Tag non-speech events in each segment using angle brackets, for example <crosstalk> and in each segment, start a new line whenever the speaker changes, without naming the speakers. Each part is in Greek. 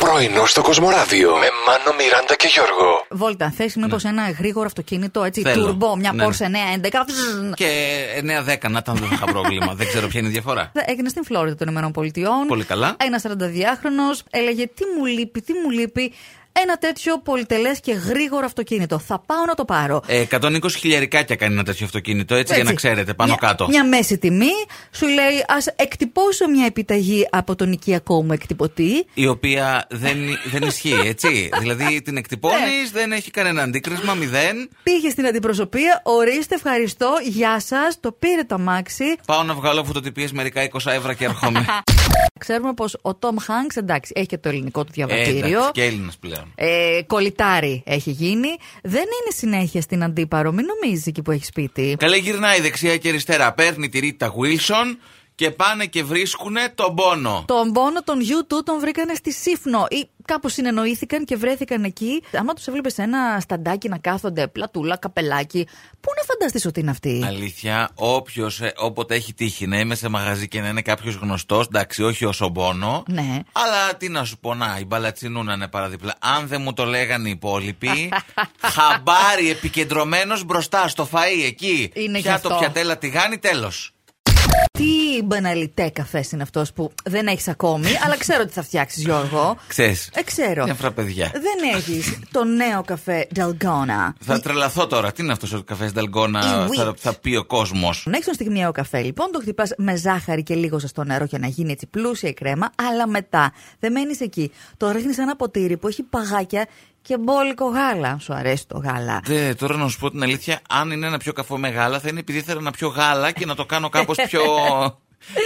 Πρωινό στο Κοσμοράδιο με Μάνο, Μιράντα και Γιώργο.
Βόλτα, θες μήπως ένα γρήγορο αυτοκίνητο, έτσι,
Ναι. Θέλω.
τουρμπό, μια
Ναι.
Porsche 911. βζζζ.
Και 9-10, να ήταν δεν θα είχα πρόβλημα. δεν ξέρω ποια είναι η διαφορά.
Έγινε στην Φλόριδα των Ηνωμένων Πολιτειών.
Πολύ καλά.
Ένα 42χρονο έλεγε: Τι μου λείπει, τι μου λείπει. Ένα τέτοιο πολυτελές και γρήγορο αυτοκίνητο. Θα πάω να το πάρω.
Ε, 120 χιλιαρικάκια κάνει ένα τέτοιο αυτοκίνητο, έτσι, για να
Έτσι.
ξέρετε, πάνω
μια,
κάτω.
Μια μέση τιμή σου λέει: Ας εκτυπώσω μια επιταγή από τον οικιακό μου εκτυπωτή.
Η οποία δεν, δεν ισχύει, έτσι. δηλαδή την εκτυπώνεις,
Ναι.
δεν έχει κανένα αντίκρισμα, μηδέν.
Πήγε στην αντιπροσωπεία, ορίστε, ευχαριστώ, γεια σας, το πήρε το αμάξι.
Πάω να βγάλω φωτοτυπίες μερικά 20 ευρώ και έρχομαι.
Ξέρουμε πως ο Τόμ Χάγκ, εντάξει, έχει και <laughs> το ελληνικό του
Ε, εντάξει,
διαβατήριο.
και Έλληνας πλέον.
Ε, κολλητάρι έχει γίνει. Δεν είναι συνέχεια στην αντίπαρο. Μην νομίζεις εκεί που έχεις σπίτι.
Καλέ γυρνάει δεξιά και αριστερά. Παίρνει τη Ρίτα Wilson και πάνε και βρίσκουνε τον πόνο.
Τον πόνο των U2 τον βρήκανε στη Σύφνο ή κάπου συνεννοήθηκαν και βρέθηκαν εκεί. Άμα τους έβλεπες σε ένα σταντάκι να κάθονται, πλατούλα, καπελάκι, πού να φανταστείς ότι είναι αυτοί.
Αλήθεια, όποιος όποτε έχει τύχει να είμαι σε μαγαζί και να είναι κάποιος γνωστός, εντάξει, όχι όσο πόνο.
Ναι.
Αλλά τι να σου πω, να, η μπαλατσινού να είναι παραδιπλά. Αν δεν μου το λέγανε οι
<laughs>
υπόλοιποι, χαμπάρι επικεντρωμένος μπροστά στο φαΐ εκεί.
Είναι γι'
Πια
αυτό.
το πιατέλα τηγάνι, τέλος.
Τι μπαναλιτέ καφές είναι αυτός που δεν έχεις ακόμη, αλλά ξέρω ότι θα φτιάξεις, Γιώργο.
Ξέρεις,
Ε, ξέρω.
Μια φορά παιδιά.
Δεν έχεις το νέο καφέ Dalgona.
Θα τρελαθώ τώρα. Τι είναι αυτός ο καφές Νταλγκόνα,
Η
θα,
wheat.
θα πει ο κόσμος.
Να έχεις τον στιγμιαίο καφέ, λοιπόν, το χτυπάς με ζάχαρη και λίγο ζεστό νερό για να γίνει έτσι πλούσια η κρέμα, αλλά μετά δεν μένεις εκεί. Το ρίχνεις σε ένα ποτήρι που έχει παγάκια και μπόλικο γάλα. αν Σου αρέσει το γάλα.
Δε, τώρα να σου πω την αλήθεια, αν είναι ένα πιο καφό με γάλα, θα είναι επειδή ήθελα να πιω γάλα και να το κάνω κάπως πιο.
<laughs>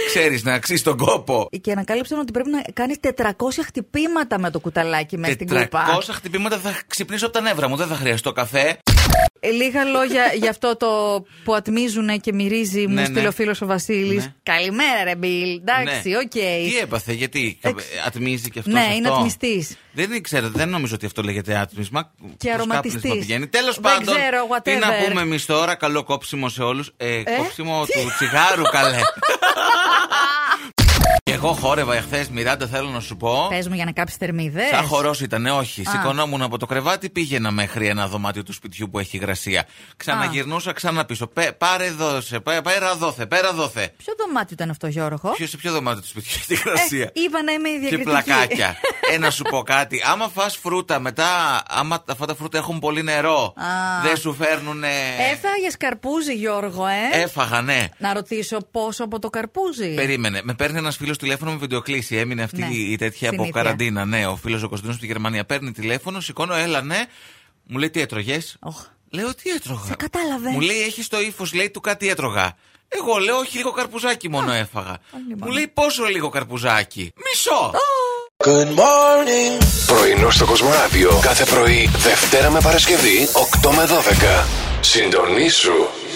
ξέρεις, να αξίζει τον κόπο.
Και ανακάλυψαν ότι πρέπει να κάνει 400 χτυπήματα με το κουταλάκι μέσα στην
400
κούπα.
χτυπήματα θα ξυπνήσω από τα νεύρα μου. Δεν θα χρειαστώ καφέ.
Ε, Λίγα λόγια για αυτό το που ατμίζουν και μυρίζει, μου
Ναι,
στείλει
ναι.
ο φίλος ο Βασίλης.
Ναι.
Καλημέρα, ρε Μπιλ. Εντάξει,
Ναι.
οκ.
Τι έπαθε, γιατί
Εξ-
ατμίζει και αυτό.
Ναι,
σε
είναι
αυτό.
ατμιστής.
Δεν ήξερα, δεν νομίζω ότι αυτό λέγεται άτμισμα.
Και αρωματιστής.
Τέλος
Δεν
πάντων,
ξέρω,
τι να
whatever.
πούμε εμείς τώρα, καλό κόψιμο σε όλους. Ε, Κόψιμο του τσιγάρου, καλέ. Και Εγώ χόρευα εχθές, Μιράντα, θέλω να σου πω.
Πες μου για να κάψεις θερμίδες.
Σαν χορός ήταν, ε, όχι. Σηκωνόμουν από το κρεβάτι, πήγαινα μέχρι ένα δωμάτιο του σπιτιού που έχει υγρασία. Ξαναγυρνούσα, ξανά πίσω. Πέ- πάρε δώσε, πέ- πέρα δώθε, πέρα δώθε.
Ποιο δωμάτιο ήταν αυτό, Γιώργο.
Ποιος σε ποιο δωμάτιο του σπιτιού έχει
Ε,
υγρασία.
είπα να είμαι
Και
διακριτική.
πλακάκια.
<laughs>
ε, να σου πω κάτι. Άμα φας φρούτα μετά, άμα αυτά τα φρούτα έχουν πολύ νερό,
Α.
δεν σου φέρνουνε.
Έφαγες καρπούζι, Γιώργο, ε.
Έφαγα, ναι.
Να ρωτήσω πόσο από το καρπούζι.
Περίμενε. Με παίρνει ένας φίλος τηλέφωνο με βιντεοκλήση. Έμεινε αυτή
Ε. Ναι.
η τέτοια από
Συνήθεια.
καραντίνα. Ναι, ο φίλος ο Κωνσταντίνος από τη Γερμανία παίρνει τηλέφωνο, σηκώνω, έλα ναι. Μου λέει τι έτρωγες.
Οχ.
Λέω τι έτρωγα.
Σε κατάλαβε.
Μου λέει έχει το ύφος, λέει του κάτι έτρωγα. Εγώ λέω όχι λίγο καρπουζάκι μόνο έφαγα. Μου λέει πόσο λίγο καρπουζάκι. Μισό!
Πρωινό στο Κοσμοράδιο κάθε πρωί, Δευτέρα με Παρασκευή, 8 με 12. Συντονίσου